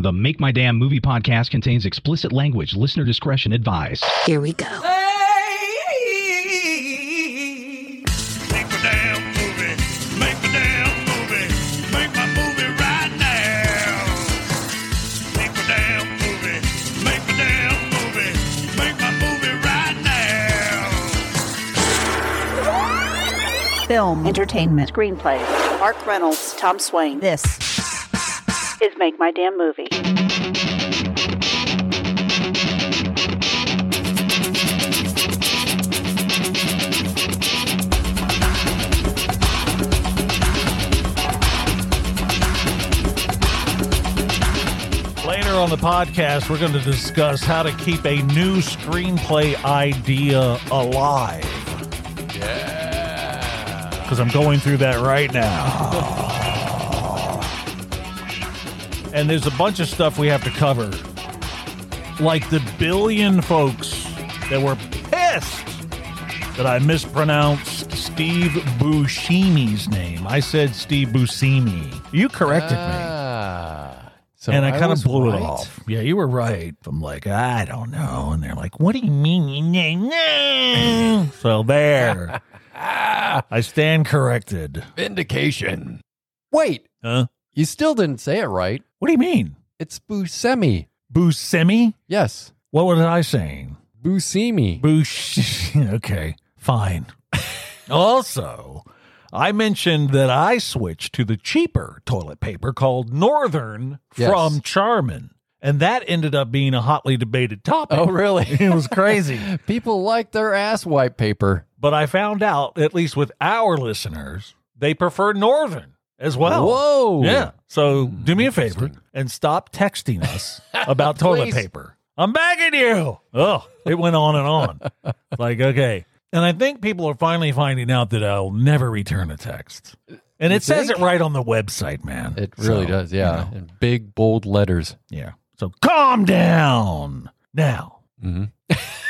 The Make My Damn Movie podcast contains explicit language. Listener discretion advised. Here we go. Make my damn movie. Make my damn movie. Make my movie right now. Make my damn movie. Make my damn movie. Make my movie right now. film, entertainment. Screenplay. Mark Reynolds, Tom Swain. This is Make My Damn Movie. Later on the podcast, we're going to discuss how to keep a new screenplay idea alive. Yeah. Because I'm going through that right now. and there's a bunch of stuff we have to cover. Like the billion folks that were pissed that I mispronounced Steve Buscemi's name. I said Steve Buscemi. You corrected me. Ah, so and I, kind of was blew right. it off. Yeah, you were right. I'm like, I don't know. And they're like, what do you mean? you know, no?" so there. I stand corrected. Vindication. Wait, Huh? you still didn't say it right. What do you mean? It's Buscemi. Buscemi? Yes, What was I saying? Buscemi. Bush. okay, fine. also, I mentioned that I switched to the cheaper toilet paper called Northern Yes. from Charmin. And that ended up being a hotly debated topic. oh, really? It was crazy. People like their ass white paper. But I found out, at least with our listeners, they prefer Northern as well. Whoa. Hmm, Yeah. So do me a favor and stop texting us about toilet Please. paper. I'm begging you. Oh, it went on and on. like, okay. And I think people are finally finding out that I'll never return a text. And it says it think? right on the website, man. It really So, does. you Yeah, know, in big bold letters. yeah. So calm down. Now, Mhm.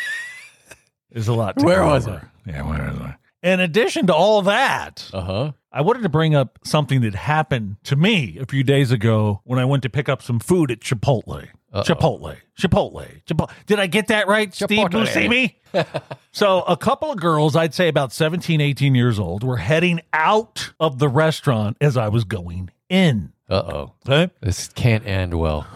there's a lot to Where go was over. Yeah, where was I? In addition to all that, Uh huh. I wanted to bring up something that happened to me a few days ago when I went to pick up some food at Chipotle. Uh-oh. Chipotle. Chipotle. Chipotle. Did I get that right, Steve Chipotle. Buscemi? so, a couple of girls, I'd say about 17, 18 years old, were heading out of the restaurant as I was going in. Uh oh. Okay. This can't end well.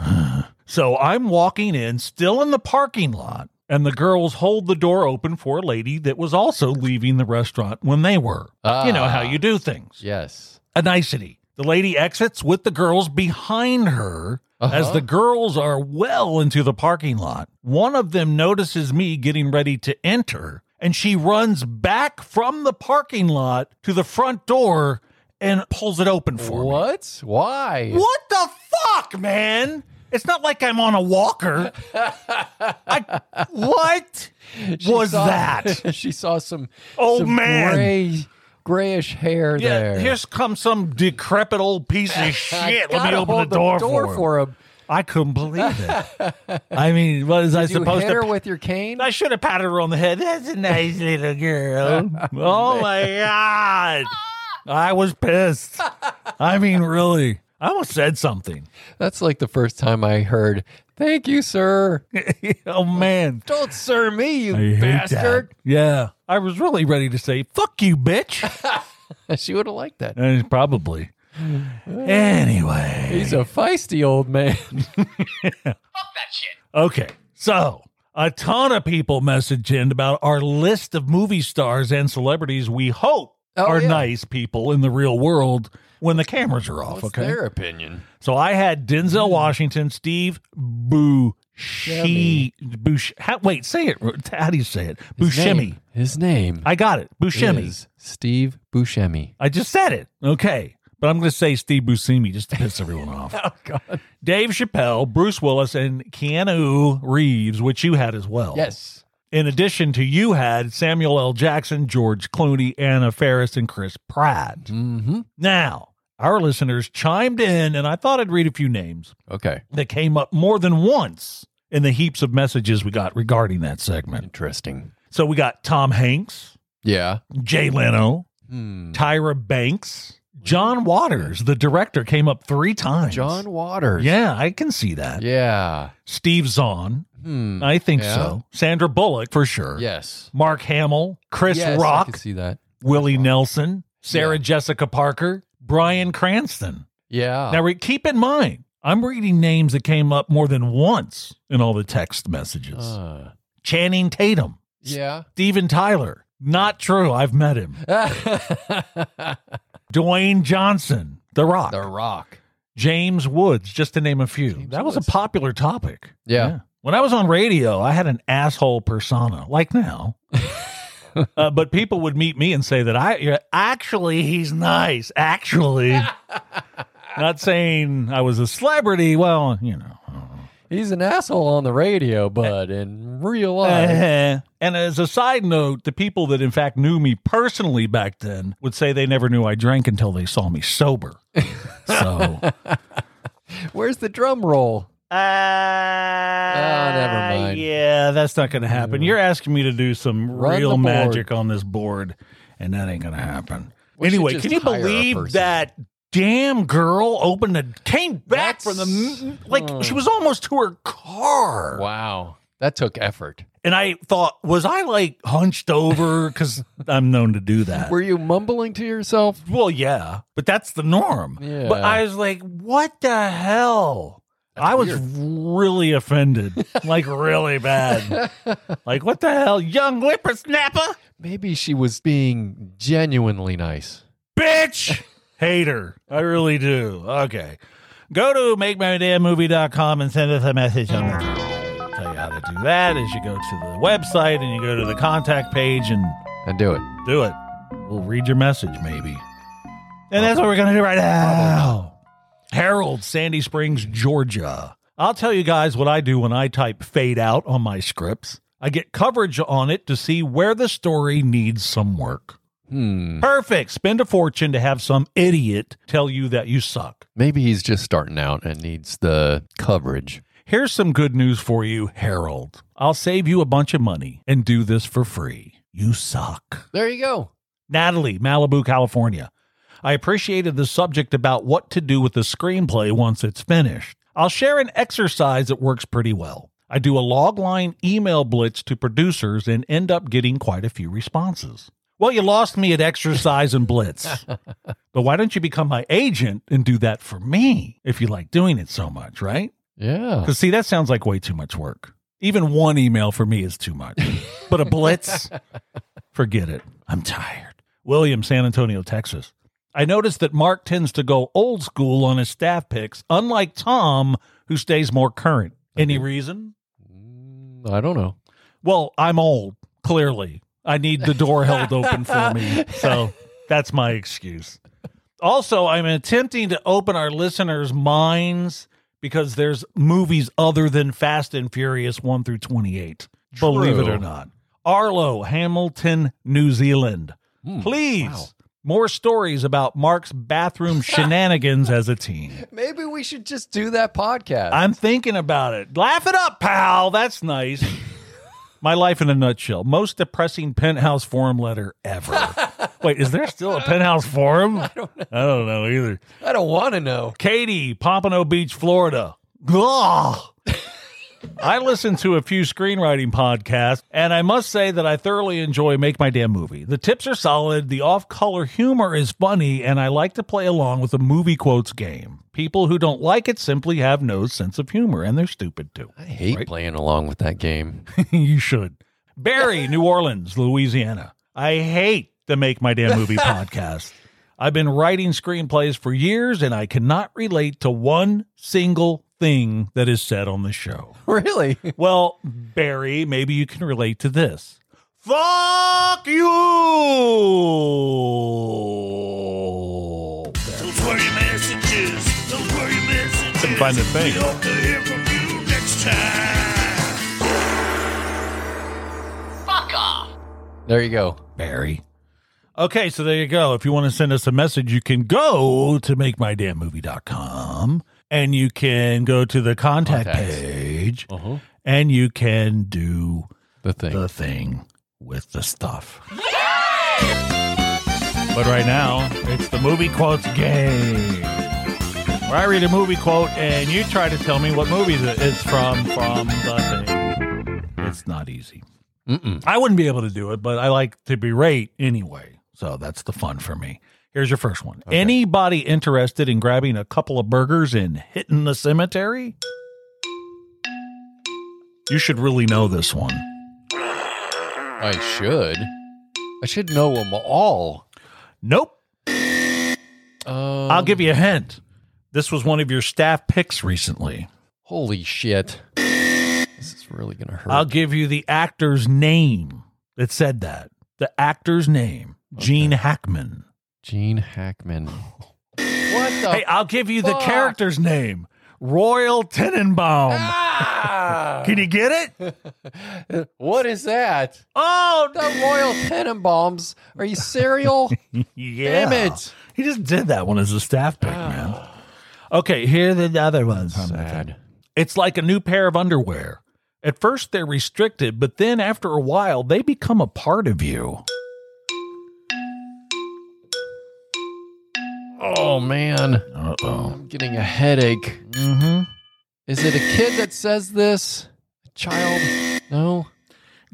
So I'm walking in, still in the parking lot, and the girls hold the door open for a lady that was also leaving the restaurant when they were. you know how Ah. you do things. Yes. A nicety. The lady exits with the girls behind her. As Uh-huh. the girls are well into the parking lot, one of them notices me getting ready to enter, and she runs back from the parking lot to the front door and pulls it open for me. What? Why? What the fuck, man? It's not like I'm on a walker. I, what She was saw- that? she saw some Old some man. gray, grayish hair Yeah, there. here comes some decrepit old piece of I shit. Let me gotta open the hold door, for, for, him. I couldn't believe it. I mean, what is I Did you supposed hit her to? with your cane? I should have patted her on the head. That's a nice little girl. oh my god, I was pissed. I mean, really, I almost said something. That's like the first time I heard, "Thank you, sir." oh man, Don't sir me, you I hate bastard. that. Yeah. I was really ready to say, fuck you, bitch. She would have liked that. And probably. Anyway. He's a feisty old man. Okay. So a ton of people message in about our list of movie stars and celebrities we hope Oh, are yeah. nice people in the real world when the cameras are off. okay. opinion? So I had Denzel Hmm. Washington, Steve Buscemi. Bush, how, wait, say it. How do you say it? Buscemi. His name. I got it. Buscemi. is Steve Buscemi. I just said it. Okay. But I'm going to say Steve Buscemi just to piss everyone off. Oh God. Dave Chappelle, Bruce Willis, and Keanu Reeves, which you had as well. Yes. In addition to you had Samuel L. Jackson, George Clooney, Anna Faris, and Chris Pratt. Mm-hmm. Now, our listeners chimed in, and I thought I'd read a few names Okay. that came up more than once in the heaps of messages we got regarding that segment. Interesting. So we got Tom Hanks, Yeah. Jay Leno, Hmm. Tyra Banks, John Waters, the director, came up three times. John Waters. Yeah, I can see that. Yeah. Steve Zahn. Hmm. I think Yeah. so. Sandra Bullock for sure. yes. Mark Hamill, Chris yes, I Rock, can see that. Willie Nelson, Sarah Yeah. Jessica Parker, Brian Cranston. Yeah. Now, re- keep in mind, I'm reading names that came up more than once in all the text messages. Uh, Channing Tatum, yeah. Steven Tyler. Not true. I've met him. the Dwayne Johnson, The Rock, Rock. James Woods, just to name a few. James that was Woods. a popular topic. Yeah. When I was on radio, I had an asshole persona, like now. uh, but people would meet me and say that I yeah, actually he's nice. Actually, not saying I was a celebrity. Well, you know. He's an asshole on the radio, but in real life. Uh, and as a side note, the people that in fact knew me personally back then would say they never knew I drank until they saw me sober. so Where's the drum roll? Ah, Oh, never mind. Mm. Yeah, that's not going to happen. You're asking me to do some Run the real board. magic on this board, and that ain't going to happen. We should anyway, just can you hire a believe person. that damn girl opened a came back That's- from the m- like Hmm. she was almost to her car, Wow. That took effort. and I thought, was I like hunched over because I'm known to do that. Were you mumbling to yourself? well, yeah, but that's the norm. Yeah. But I was like, what the hell? I was really offended, like really bad. like, what the hell, young whippersnapper? Maybe she was being genuinely nice. Bitch! Hater. I really do. Okay. Go to makemydamnmovie.com and send us a message on the I'll tell you how to do that is you go to the website and you go to the contact page and And do it. do it. We'll read your message, maybe. And that's what we're going to do right now. Harold, Sandy Springs, Georgia. I'll tell you guys what I do when I type fade out on my scripts. I get coverage on it to see where the story needs some work. Hmm. Perfect. Spend a fortune to have some idiot tell you that you suck. Maybe he's just starting out and needs the coverage. Here's some good news for you, Harold. I'll save you a bunch of money and do this for free. You suck. There you go. Natalie, Malibu, California. I appreciated the subject about what to do with the screenplay once it's finished. I'll share an exercise that works pretty well. I do a logline email blitz to producers and end up getting quite a few responses. Well, you lost me at exercise and blitz. but why don't you become my agent and do that for me if you like doing it so much, right? Yeah. Because, see, that sounds like way too much work. Even one email for me is too much. but a blitz, forget it. I'm tired. William, San Antonio, Texas. I noticed that Mark tends to go old school on his staff picks, unlike Tom, who stays more current. Any reason? Mm, I don't know. Well, I'm old, clearly. I need the door held open for me. So that's my excuse. Also, I'm attempting to open our listeners' minds because there's movies other than Fast and Furious 1 through 28. Believe it True. or not. Arlo, Hamilton, New Zealand. Hmm, Please, wow. more stories about Mark's bathroom shenanigans as a teen. Maybe we should just do that podcast. I'm thinking about it. Laugh it up, pal. That's nice. My life in a nutshell. Most depressing penthouse forum letter ever. Wait, is there still a penthouse forum? I don't know. I don't know either. I don't want to know. Katie, Pompano Beach, Florida. Ugh. I listen to a few screenwriting podcasts, and I must say that I thoroughly enjoy Make My Damn Movie. The tips are solid, the off color humor is funny, and I like to play along with the movie quotes game. People who don't like it simply have no sense of humor, and they're stupid too. I hate playing along with that game. you should. Barry, New Orleans, Louisiana. I hate the Make My Damn Movie podcast. I've been writing screenplays for years and I cannot relate to one single thing that is said on the show. really? Well, Barry, maybe you can relate to this. Fuck you! Those were your messages. Those were your messages. Couldn't find the thing. We hope to hear from you next time. There you go. Barry. Okay, so there you go. If you want to send us a message, you can go to makemydamnmovie.com and you can go to the contact Contacts. page Uh-huh. and you can do The thing. the thing with the stuff. But But right now, it's the movie quotes game. Where I read a movie quote and you try to tell me what movie th- it's from from the thing. It's not easy. Mm-mm. I wouldn't be able to do it, but I like to berate anyway. So that's the fun for me. Here's your first one. Okay. Anybody interested in grabbing a couple of burgers and hitting the cemetery? You should really know this one. I should. I should know them all. Nope. Um, I'll give you a hint. This was one of your staff picks recently. Holy shit! This is really gonna hurt. I'll give you the actor's name that said that. The actor's name, Gene Hackman. Gene Hackman. What the? Hey, I'll give you the Oh. fuck. character's name, Royal Tenenbaum. Ah! Can you get it? what is that? Oh, The Royal Tenenbaums? Are you serial? yeah. Damn it! Ah. He just did that one as a staff pick, man. Okay, here are the other ones. Sad. It's like a new pair of underwear. At first, they're restricted, but then after a while, they become a part of you. Oh man, Uh oh. I'm getting a headache. Mm-hmm. Is it a kid that says this? A child? No.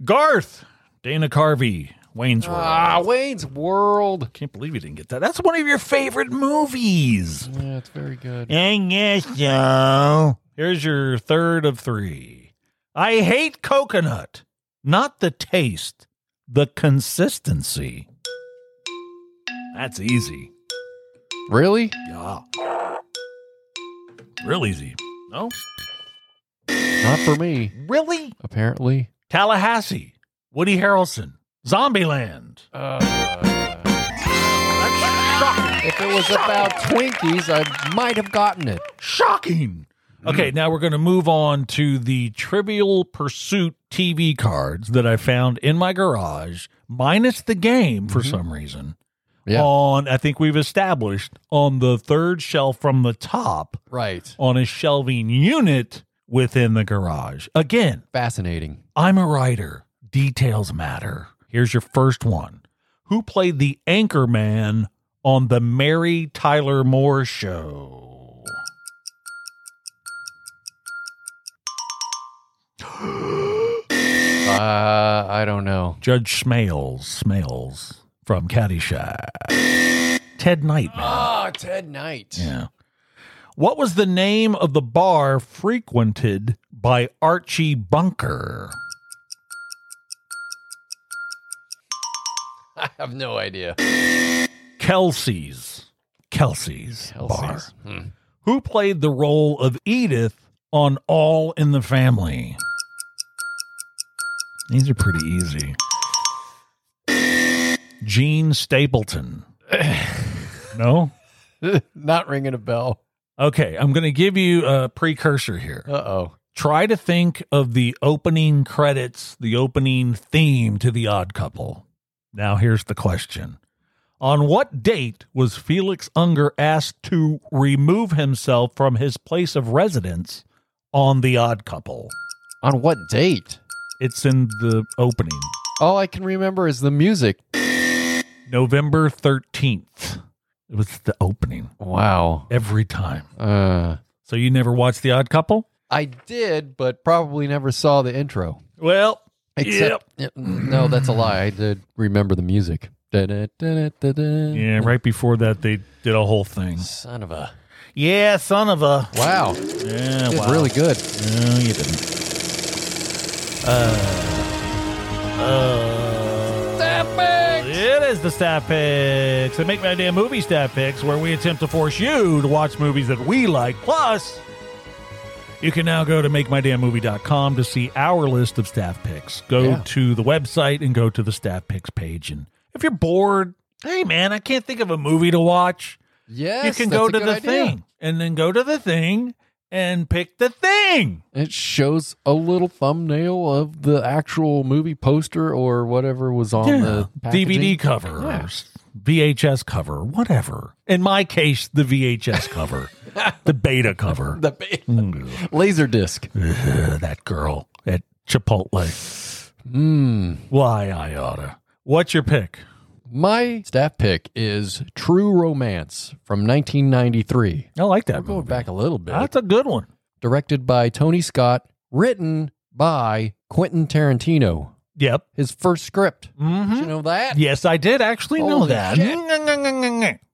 Garth, Dana Carvey, Wayne's World. Ah, Wayne's World. Can't believe you didn't get that. That's one of your favorite movies. Yeah, it's very good. I guess so. Here's your third of three. I hate coconut. Not the taste, the consistency. That's easy. Really? Yeah. Real easy. No? Not for me. Really? Apparently. Tallahassee, Woody Harrelson, Zombieland. Uh, That's shocking. if it was about Twinkies, I might have gotten it. Shocking. Okay, now we're going to move on to the Trivial Pursuit TV cards that I found in my garage, minus the game for some reason. Yeah. On, I think we've established on the third shelf from the top Right. on a shelving unit within the garage. Again, Fascinating. I'm a writer. Details matter. Here's your first one. Who played the anchor man on the Mary Tyler Moore show? Uh, I don't know. Judge Smales, Smales from Caddyshack. Ted Knight. man. Ah, Ted Knight. Yeah. What was the name of the bar frequented by Archie Bunker? I have no idea. Kelsey's. Kelsey's, bar. Kelsey's. Hmm. Who played the role of Edith on All in the Family? These are pretty easy. Gene Stapleton. no? Not ringing a bell. Okay, I'm going to give you a precursor here. Uh oh. Try to think of the opening credits, the opening theme to The Odd Couple. Now, here's the question On what date was Felix Unger asked to remove himself from his place of residence on The Odd Couple? On what date? It's in the opening All I can remember is the music. November 13th. It was the opening Wow. every time. Uh, So, you never watched The Odd Couple? I did, but probably never saw the intro. Well, Except, no, that's a lie. I did remember the music. Da-da-da-da-da-da. yeah, right before that, they did a whole thing. Son of a. Yeah, son of a. Wow. Yeah, It's wow. really good. No, you didn't. Uh, uh, it is the stat picks. They make my damn movie stat picks, where we attempt to force you to watch movies that we like. Plus, you can now go to makemydamnmovie.com to see our list of staff picks. Go Yeah. to the website and go to the staff picks page. And if you're bored, hey man, I can't think of a movie to watch. Yes. you can that's go a to good the idea. thing and then go to the thing and pick the thing. It shows a little thumbnail of the actual movie poster or whatever was on the packaging. DVD cover, or Yeah. s- VHS cover, whatever. In my case, the VHS cover, the beta cover. Mm. The laser disc. Ugh, that girl at Chipotle. Mm. Why I oughta. What's your pick? My staff pick is True Romance from 1993. I like that. We're going movie. back a little bit. That's a good one. Directed by Tony Scott, written by Quentin Tarantino. Yep. His first script. Did Mm-hmm. you know that? Yes, I did actually know Holy that.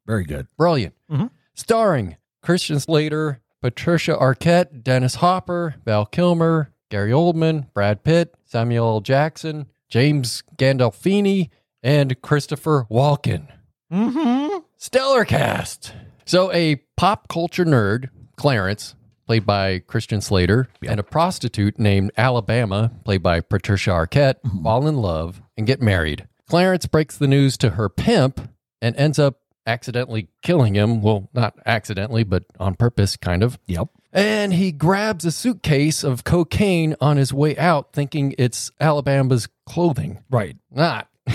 Very good. Brilliant. Mhm. Starring Christian Slater, Patricia Arquette, Dennis Hopper, Val Kilmer, Gary Oldman, Brad Pitt, Samuel L. Jackson, James Gandolfini, and Christopher Walken. Mm-hmm. Stellar cast. So, a pop culture nerd, Clarence, played by Christian Slater, and a prostitute named Alabama, played by Patricia Arquette, fall in love and get married. Clarence breaks the news to her pimp and ends up accidentally killing him. Well, not accidentally, but on purpose, kind of. Yep. And he grabs a suitcase of cocaine on his way out, thinking it's Alabama's clothing. Right. Not.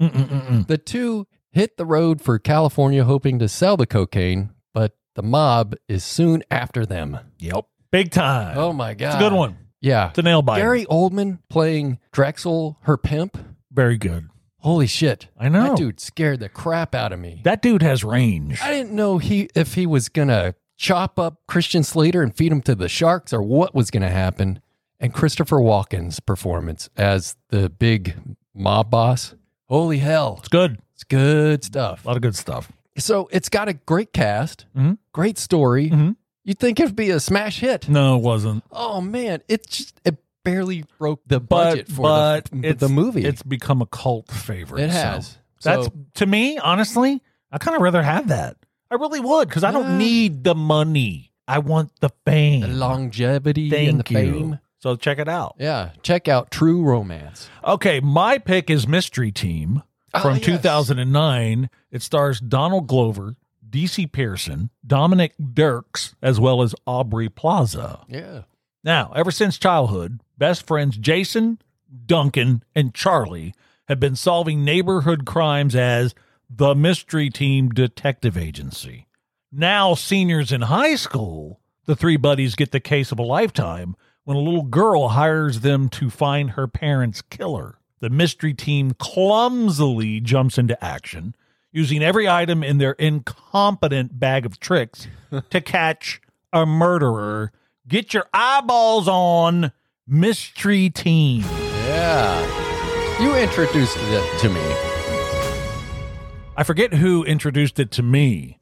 Mm-mm-mm-mm. The two hit the road for California hoping to sell the cocaine, but the mob is soon after them. Yep. Big time. Oh my God. It's a good one. Yeah. It's a nail biter. Gary Oldman playing Drexel, her pimp. Very good. Holy shit. I know. That dude scared the crap out of me. That dude has range. I didn't know he if he was going to chop up Christian Slater and feed him to the sharks or what was going to happen. And Christopher Walken's performance as the big mob boss. Holy hell. It's good. It's good stuff. A lot of good stuff. So it's got a great cast, Mhm. great story. Mhm. You'd think it'd be a smash hit. No, it wasn't. Oh man, it just it barely broke the But budget for but the, it's, the movie. It's become a cult favorite. it so. has. That's So- to me, honestly, I kind of rather have that. I really would because I don't Yeah. need the money. I want the fame. the longevity Thank and the you. fame. So check it out. Yeah, check out True Romance. Okay, my pick is Mystery Team Ah, from yes. 2009. It stars Donald Glover, DC Pearson, Dominic Dirks, as well as Aubrey Plaza. Yeah, Now, ever since childhood, best friends Jason, Duncan, and Charlie have been solving neighborhood crimes as the Mystery Team Detective Agency. Now, seniors in high school, the three buddies get the case of a lifetime when a little girl hires them to find her parents' killer. The mystery team clumsily jumps into action, using every item in their incompetent bag of tricks to catch a murderer. Get your eyeballs on Mystery Team. yeah. You introduced it to me. I forget who introduced it to me.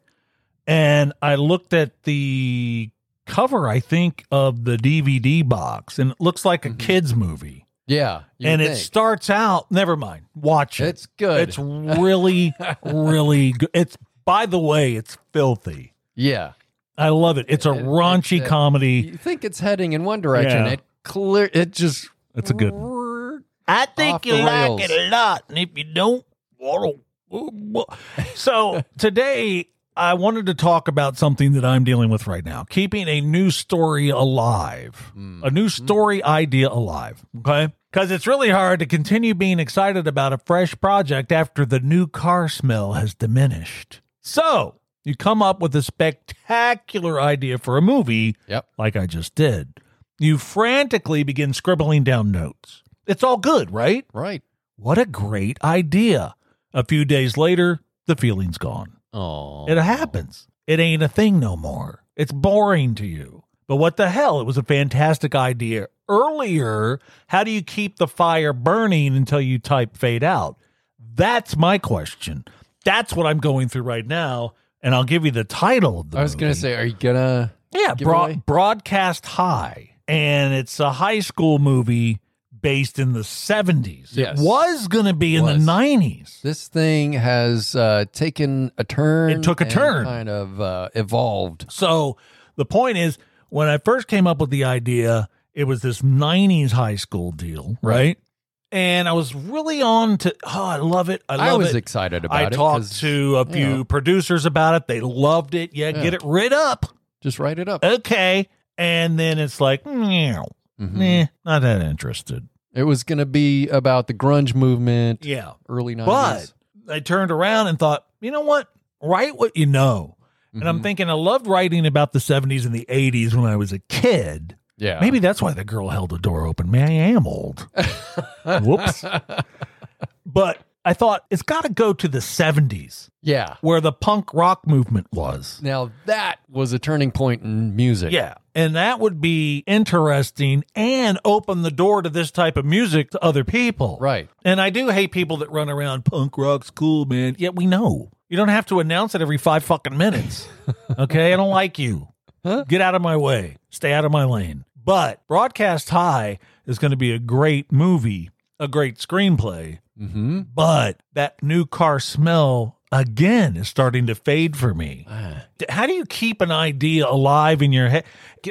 And I looked at the cover, I think, of the DVD box, and it looks like a kid's movie. Yeah, Mm-hmm. you and it think. starts out, never mind, watch it. It's good. It's really, really good. It's, by the way, it's filthy. yeah. I love it. It's a It- it- raunchy it- comedy. You think it's heading in one direction? Yeah. It clear. It just. It's a good one. one. I Off the rails. lot, and if you don't, well, well, well. so today I wanted to talk about something that I'm dealing with right now: keeping a news story alive, a new Mm-hmm. story idea alive. Okay, because it's really hard to continue being excited about a fresh project after the new car smell has diminished. So you come up with a spectacular idea for a movie Yep. like I just did. You frantically begin scribbling down notes. It's all good, right? Right. What a great idea. A few days later, the feeling's gone. Oh. It happens. It ain't a thing no more. It's boring to you. But what the hell? It was a fantastic idea earlier. How do you keep the fire burning until you type fade out? That's my question. That's what I'm going through right now. And I'll give you the title of the I was gonna movie. say, are you gonna? Yeah, giveaway? broad, Broadcast High. And it's a high school movie based in the 70s. Yes. It was going to be in Was. the 90s. This thing has uh, taken a turn. It took a and turn. Kind of uh, evolved. So the point is, when I first came up with the idea, it was this 90s high school deal, right? And I was really on to, oh, I love it. I I, love was it. excited about I it. 'cause- talked to a few know. producers about it. They loved it. Yeah, Yeah. get it rid up. Just write it up. Okay. And then it's like, meow, Mhm. meh, not that interested. It was going to be about the grunge movement, Yeah. early nineties. But I turned around and thought, you know what? Write what you know. And I'm thinking, I loved writing about the 70s and the 80s when I was a kid. yeah, Maybe that's why the girl held the door open. Man, I am old. Whoops. But I thought it's got to go to the 70s Yeah. where the punk rock movement was. Now that was a turning point in music. Yeah. And that would be interesting and open the door to this type of music to other people. Right. And I do hate people that run around punk rock's cool, man. Yet we know. You don't have to announce it every five fucking minutes. Okay. I don't like you. Get out of my way. Stay out of my lane. But Broadcast High is going to be a great movie, a great screenplay. Mm-hmm. But that new car smell again is starting to fade for me. Ah. D- How do you keep an idea alive in your head?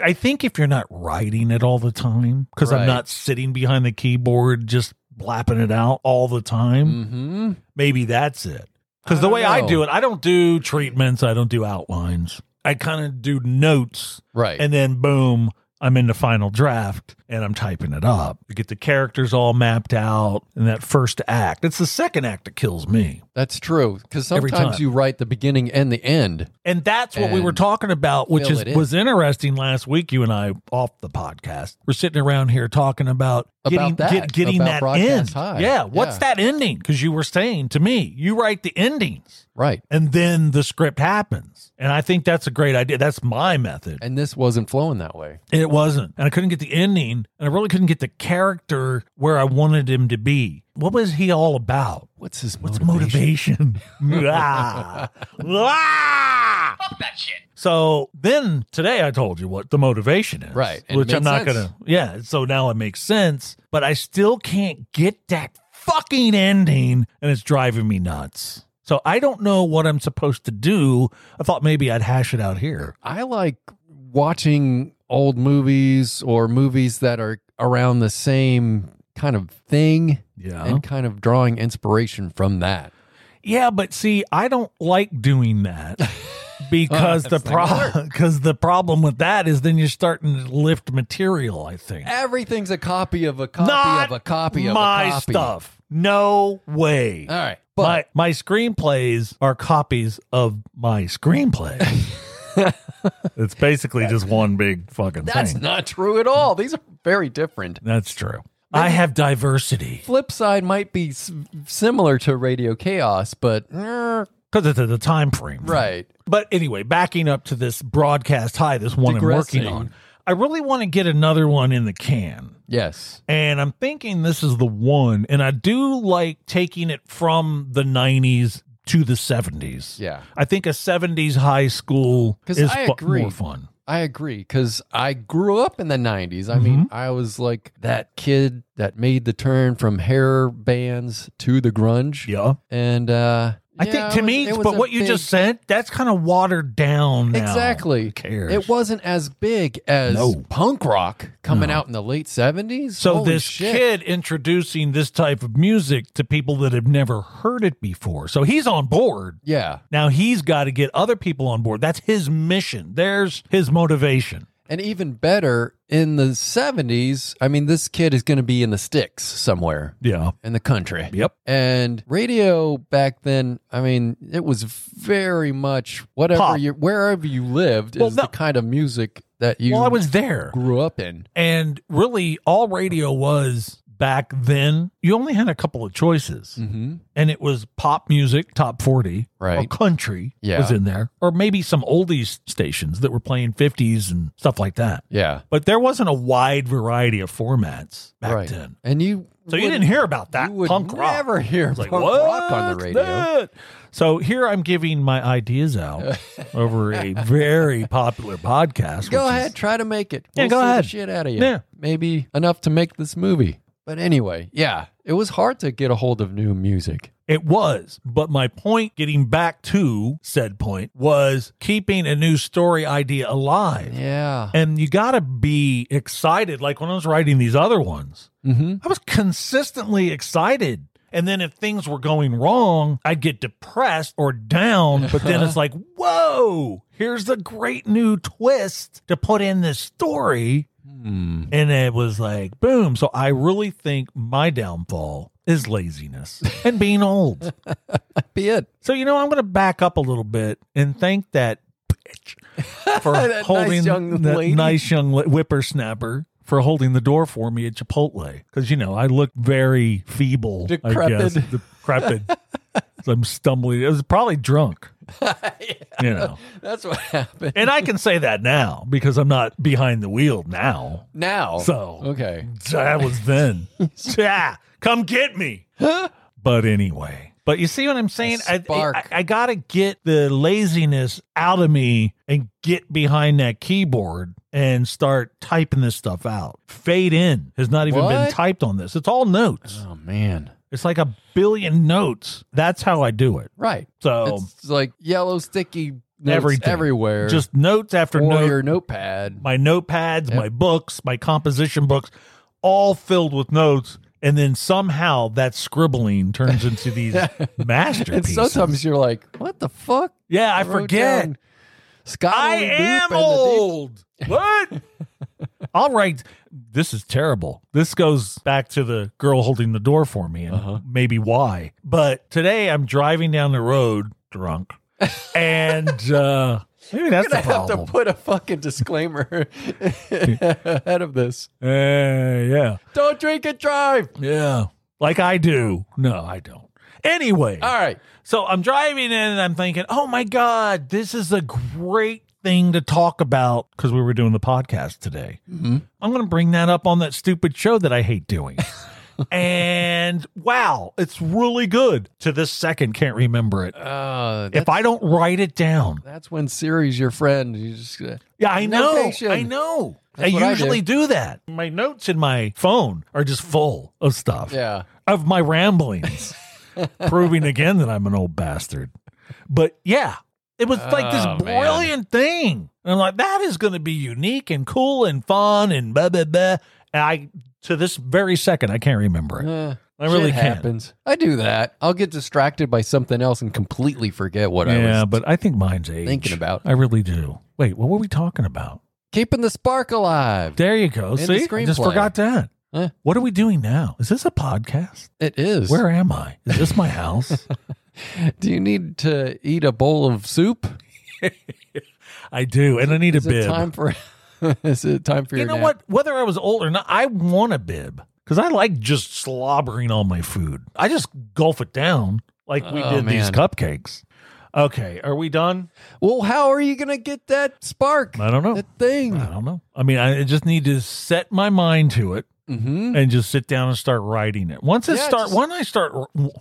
I think if you're not writing it all the time, because Right. I'm not sitting behind the keyboard just blapping it out all the time, Mm-hmm. maybe that's it. I Because the don't way I know. do it, I don't do treatments, I don't do outlines. I kind of do notes Right. and then boom, I'm in the final draft and I'm typing it up. You get the characters all mapped out in that first act. It's the second act that kills me. That's true. Because Every sometimes time. you write the beginning and the end. And that's what we were And talking about, which fill is it in. was interesting last week. You and I off the podcast, we're sitting around here talking about About getting that, get- getting about that Broadcast end. High. Yeah, what's Yeah. that ending? Because you were saying to me, you write the endings, Right. and then the script happens. And I think that's a great idea. That's my method. And this wasn't flowing that way. It wasn't. And I couldn't get the ending, and I really couldn't get the character where I wanted him to be. What was he all about? What's his What's motivation? motivation? Ah. Ah. So then today I told you what the motivation is. Right. And it Which I'm made not sense. going to. Yeah. So now it makes sense, but I still can't get that fucking ending and it's driving me nuts. So I don't know what I'm supposed to do. I thought maybe I'd hash it out here. I like watching old movies or movies that are around the same kind of thing Yeah. and kind of drawing inspiration from that. Yeah, but see, I don't like doing that because the problem because the problem with that is then you're starting to lift material. I think Everything's a copy of a copy not of a copy of my a copy. stuff. No way. All right. But but my, my screenplays are copies of my screenplay. it's basically just one big fucking that's thing. not true at all. These are very different. that's true. I have diversity Flip side might be s- similar to Radio Chaos, but er, because it's at the time frame. right. But anyway, backing up to this broadcast high, this one I'm Digressing. working on, I really want to get another one in the can. Yes. And I'm thinking this is the one. And I do like taking it from the 90s to the 70s. Yeah. I think a 70s high school 'Cause is I fu- agree. more fun. I agree because I grew up in the 90s. I Mm-hmm. mean, I was like that kid that made the turn from hair bands to the grunge. Yeah. And uh, I yeah, think to it was- me, it was but a what you big- just said, that's kind of watered down now. Exactly. Who cares? It wasn't as big as No. punk rock coming out in the late 70s. So Holy this shit. kid introducing this type of music to people that have never heard it before. So he's on board. Yeah. Now he's got to get other people on board. That's his mission. There's his motivation. And even better, in the 70s, I mean, this kid is going to be in the sticks somewhere Yeah. in the country. Yep. And radio back then, I mean, it was very much whatever Pop. you wherever you lived Well, is no. the kind of music that you Well, I was there. grew up in. And really, all radio was back then, you only had a couple of choices. Mm-hmm. And it was pop music, top 40, or Right. country Yeah. was in there, or maybe some oldies stations that were playing 50s and stuff like that. Yeah. But there wasn't a wide variety of formats back right. then. And you So you would- didn't hear about that you would punk rock. never hear It's like, punk rock on the "What's radio. that?" So here I'm giving my ideas out over a very popular podcast. Go which ahead, is- try to make it. Yeah, We'll go sue the ahead. shit out of you. Yeah. Maybe enough to make this movie. But anyway, yeah, it was hard to get a hold of new music. It was, but my point, getting back to said point, was keeping a new story idea alive. Yeah. And you got to be excited. Like when I was writing these other ones, Mm-hmm. I was consistently excited. And then if things were going wrong, I'd get depressed or down. But then it's like, whoa, here's the great new twist to put in this story. Hmm. And it was like, boom. So I really think my downfall is laziness and being old. Be it. So, you know, I'm going to back up a little bit and thank that bitch for That nice holding young that lady. nice young li- whippersnapper for holding the door for me at Chipotle because you know I look very feeble, I guess, Decrepit. decrepit. So I'm stumbling. I was probably drunk, you know. That's what happened. And I can say that now because I'm not behind the wheel now. Now. So Okay. that was then. yeah, come get me. but anyway, but you see what I'm saying? I, spark. I I gotta get the laziness out of me and get behind that keyboard and start typing this stuff out. Fade in has not even been What? typed on this. It's all notes. Oh man. It's like a billion notes. That's how I do it. Right. So It's like yellow sticky notes Everything. everywhere. just notes after or note. your notepad. my notepads, my books, my composition books, all filled with notes. And then somehow that scribbling turns into these And masterpieces. sometimes you're like, what the fuck? yeah, I, wrote forget. down Scott I Oldloop and am the old. What? I'll write. This is terrible. This goes back to the girl holding the door for me and Uh-huh. maybe why. But today I'm driving down the road drunk. And uh, maybe that's the I have to problem. put a fucking disclaimer ahead of this. Uh, yeah. Don't drink and drive. Yeah. Like I do. No, I don't. Anyway, All right. so I'm driving in and I'm thinking, oh my God, this is a great thing to talk about because we were doing the podcast today. Mm-hmm. I'm going to bring that up on that stupid show that I hate doing. and wow, it's really good. To this second, can't remember it. Uh, If I don't write it down, that's when Siri's your friend. You just uh, yeah, I know. Notation. I know. That's what I I usually do. that. My notes in my phone are just full of stuff. Yeah. Of my ramblings, proving again that I'm an old bastard. But yeah, it was like this Oh, man. brilliant thing. And I'm like, that is going to be unique and cool and fun and blah, blah, blah. And I, to this very second, I can't remember it. eh, I really shit can't. happens. I do that. I'll get distracted by something else and completely forget what I yeah, was but I think mine's age. thinking about. I really do. Wait, what were we talking about? keeping the spark alive. There you go. And the See, I just screenplay. forgot that. Eh. What are we doing now? Is this a podcast? It is. Where am I? Is this my house? do you need to eat a bowl of soup? I do, and I need Is a bib. it time for? is it time for you your know nap? what? Whether I was old or not, I want a bib because I like just slobbering on my food. I just gulf it down like we Oh, did man. these cupcakes. Okay, are we done? Well, how are you gonna get that spark? I don't know. That thing. I don't know. I mean, I just need to set my mind to it Mm-hmm. and just sit down and start writing it. Once I Yeah, start, just- once I start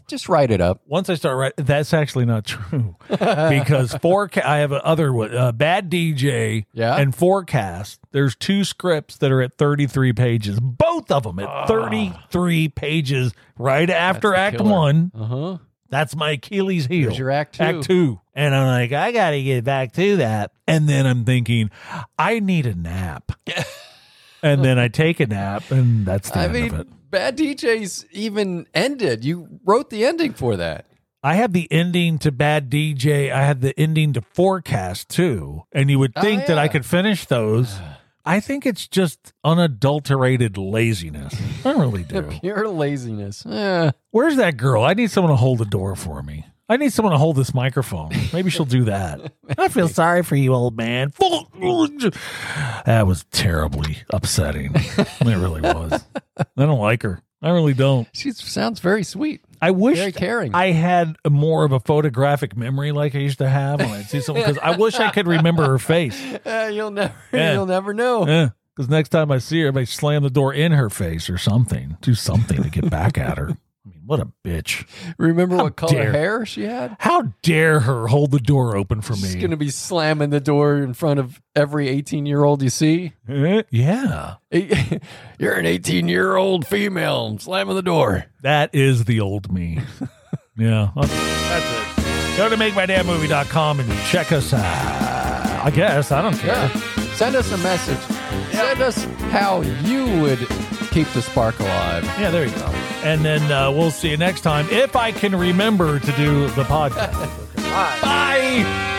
Just write it up. once I start writing, that's actually not true because forecast. I have a other one, uh, bad DJ, Yeah. and forecast. There's two scripts that are at 33 pages, both of them at 33 pages, right after Ah. the Act killer. One. Uh huh. That's my Achilles heel. Here's your act two. Act Two, and I'm like, I got to get back to that, and then I'm thinking, I need a nap, and then I take a nap, and that's the I end of it. mean, Bad DJ's even ended. You wrote the ending for that. I had the ending to Bad DJ. I had the ending to Forecast too. And you would Oh, think that I yeah. could finish those. I think it's just unadulterated laziness. I really do. Pure laziness. Eh, Where's that girl? I need someone to hold the door for me. I need someone to hold this microphone. Maybe she'll do that. I feel sorry for you, old man. That was terribly upsetting. It really was. I don't like her. I really don't. she sounds very sweet, I wish very caring. I had more of a photographic memory like I used to have when I'd see someone because I wish I could remember her face. Eh, you'll never, Yeah. you'll never know. Because next time I see her, if I slam the door in her face or something, do something to get back at her. I mean, what a bitch. Remember what color dare. hair she had? How dare her hold the door open for She's me? gonna be slamming the door in front of every eighteen-year-old you see. Eh? Yeah. Eh, You're an eighteen-year-old female I'm slamming the door. That is the old me. yeah. That's it. Go to makemydadmovie.com and check us out. I guess. I don't care. Yeah. Send us a message. Send us how you would keep the spark alive. Yeah, there you go. And then uh, we'll see you next time if I can remember to do the podcast. Bye.